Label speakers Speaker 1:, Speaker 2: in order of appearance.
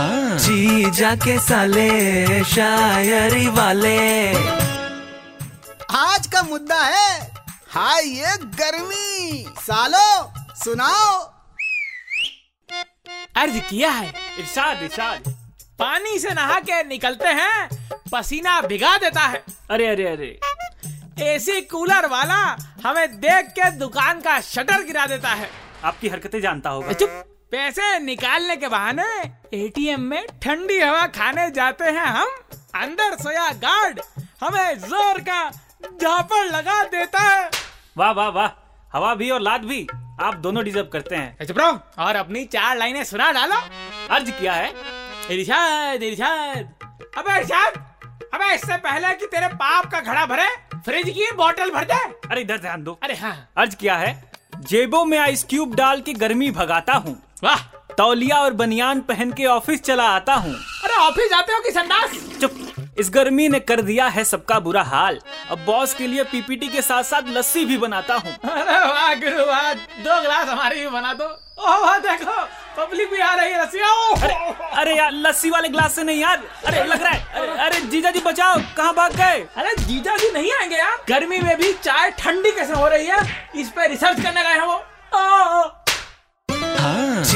Speaker 1: जी जाके साले शायरी वाले
Speaker 2: आज का मुद्दा है हाय ये गर्मी सालो सुनाओ
Speaker 3: अर्ज किया है इरशाद इरशाद पानी से नहा के निकलते हैं पसीना भिगा देता है अरे अरे अरे एसी कूलर वाला हमें देख के दुकान का शटर गिरा देता है
Speaker 4: आपकी हरकतें जानता होगा
Speaker 3: चुप पैसे निकालने के बहाने एटीएम में ठंडी हवा खाने जाते हैं हम अंदर सोया गार्ड हमें जोर का झापड़ लगा देता है
Speaker 4: वाह वाह वाह हवा भी और लात भी आप दोनों डिजर्व करते हैं
Speaker 3: चुप रहो और अपनी चार लाइनें सुना डालो
Speaker 4: अर्ज किया है
Speaker 3: इरशाद इरशाद अबे इरशाद अबे इससे पहले कि तेरे पाप का घड़ा भरे फ्रिज की बोतल भर दे
Speaker 4: अरे इधर ध्यान दो
Speaker 3: अरे हाँ
Speaker 4: अर्ज किया है जेबों में आइस क्यूब डाल के गर्मी भगाता हूँ
Speaker 3: वाह
Speaker 4: तौलिया और बनियान पहन के ऑफिस चला आता हूँ
Speaker 3: अरे ऑफिस जाते हो कि संदास
Speaker 4: चुप इस गर्मी ने कर दिया है सबका बुरा हाल अब बॉस के लिए पीपीटी के साथ साथ लस्सी भी बनाता हूँ
Speaker 3: अरे वाह गुरु वाह दो गिलास हमारे भी बना दो ओह देखो पब्लिक भी आ रही है रसिया ओह।
Speaker 4: अरे यार लस्सी वाले ग्लास से नहीं यार अरे लग रहा है अरे, अरे जीजा जी बचाओ कहाँ भाग गए
Speaker 3: अरे जीजा जी नहीं आएंगे यार गर्मी में भी चाय ठंडी कैसे हो रही है इस पे रिसर्च करने गए हैं वो ओह।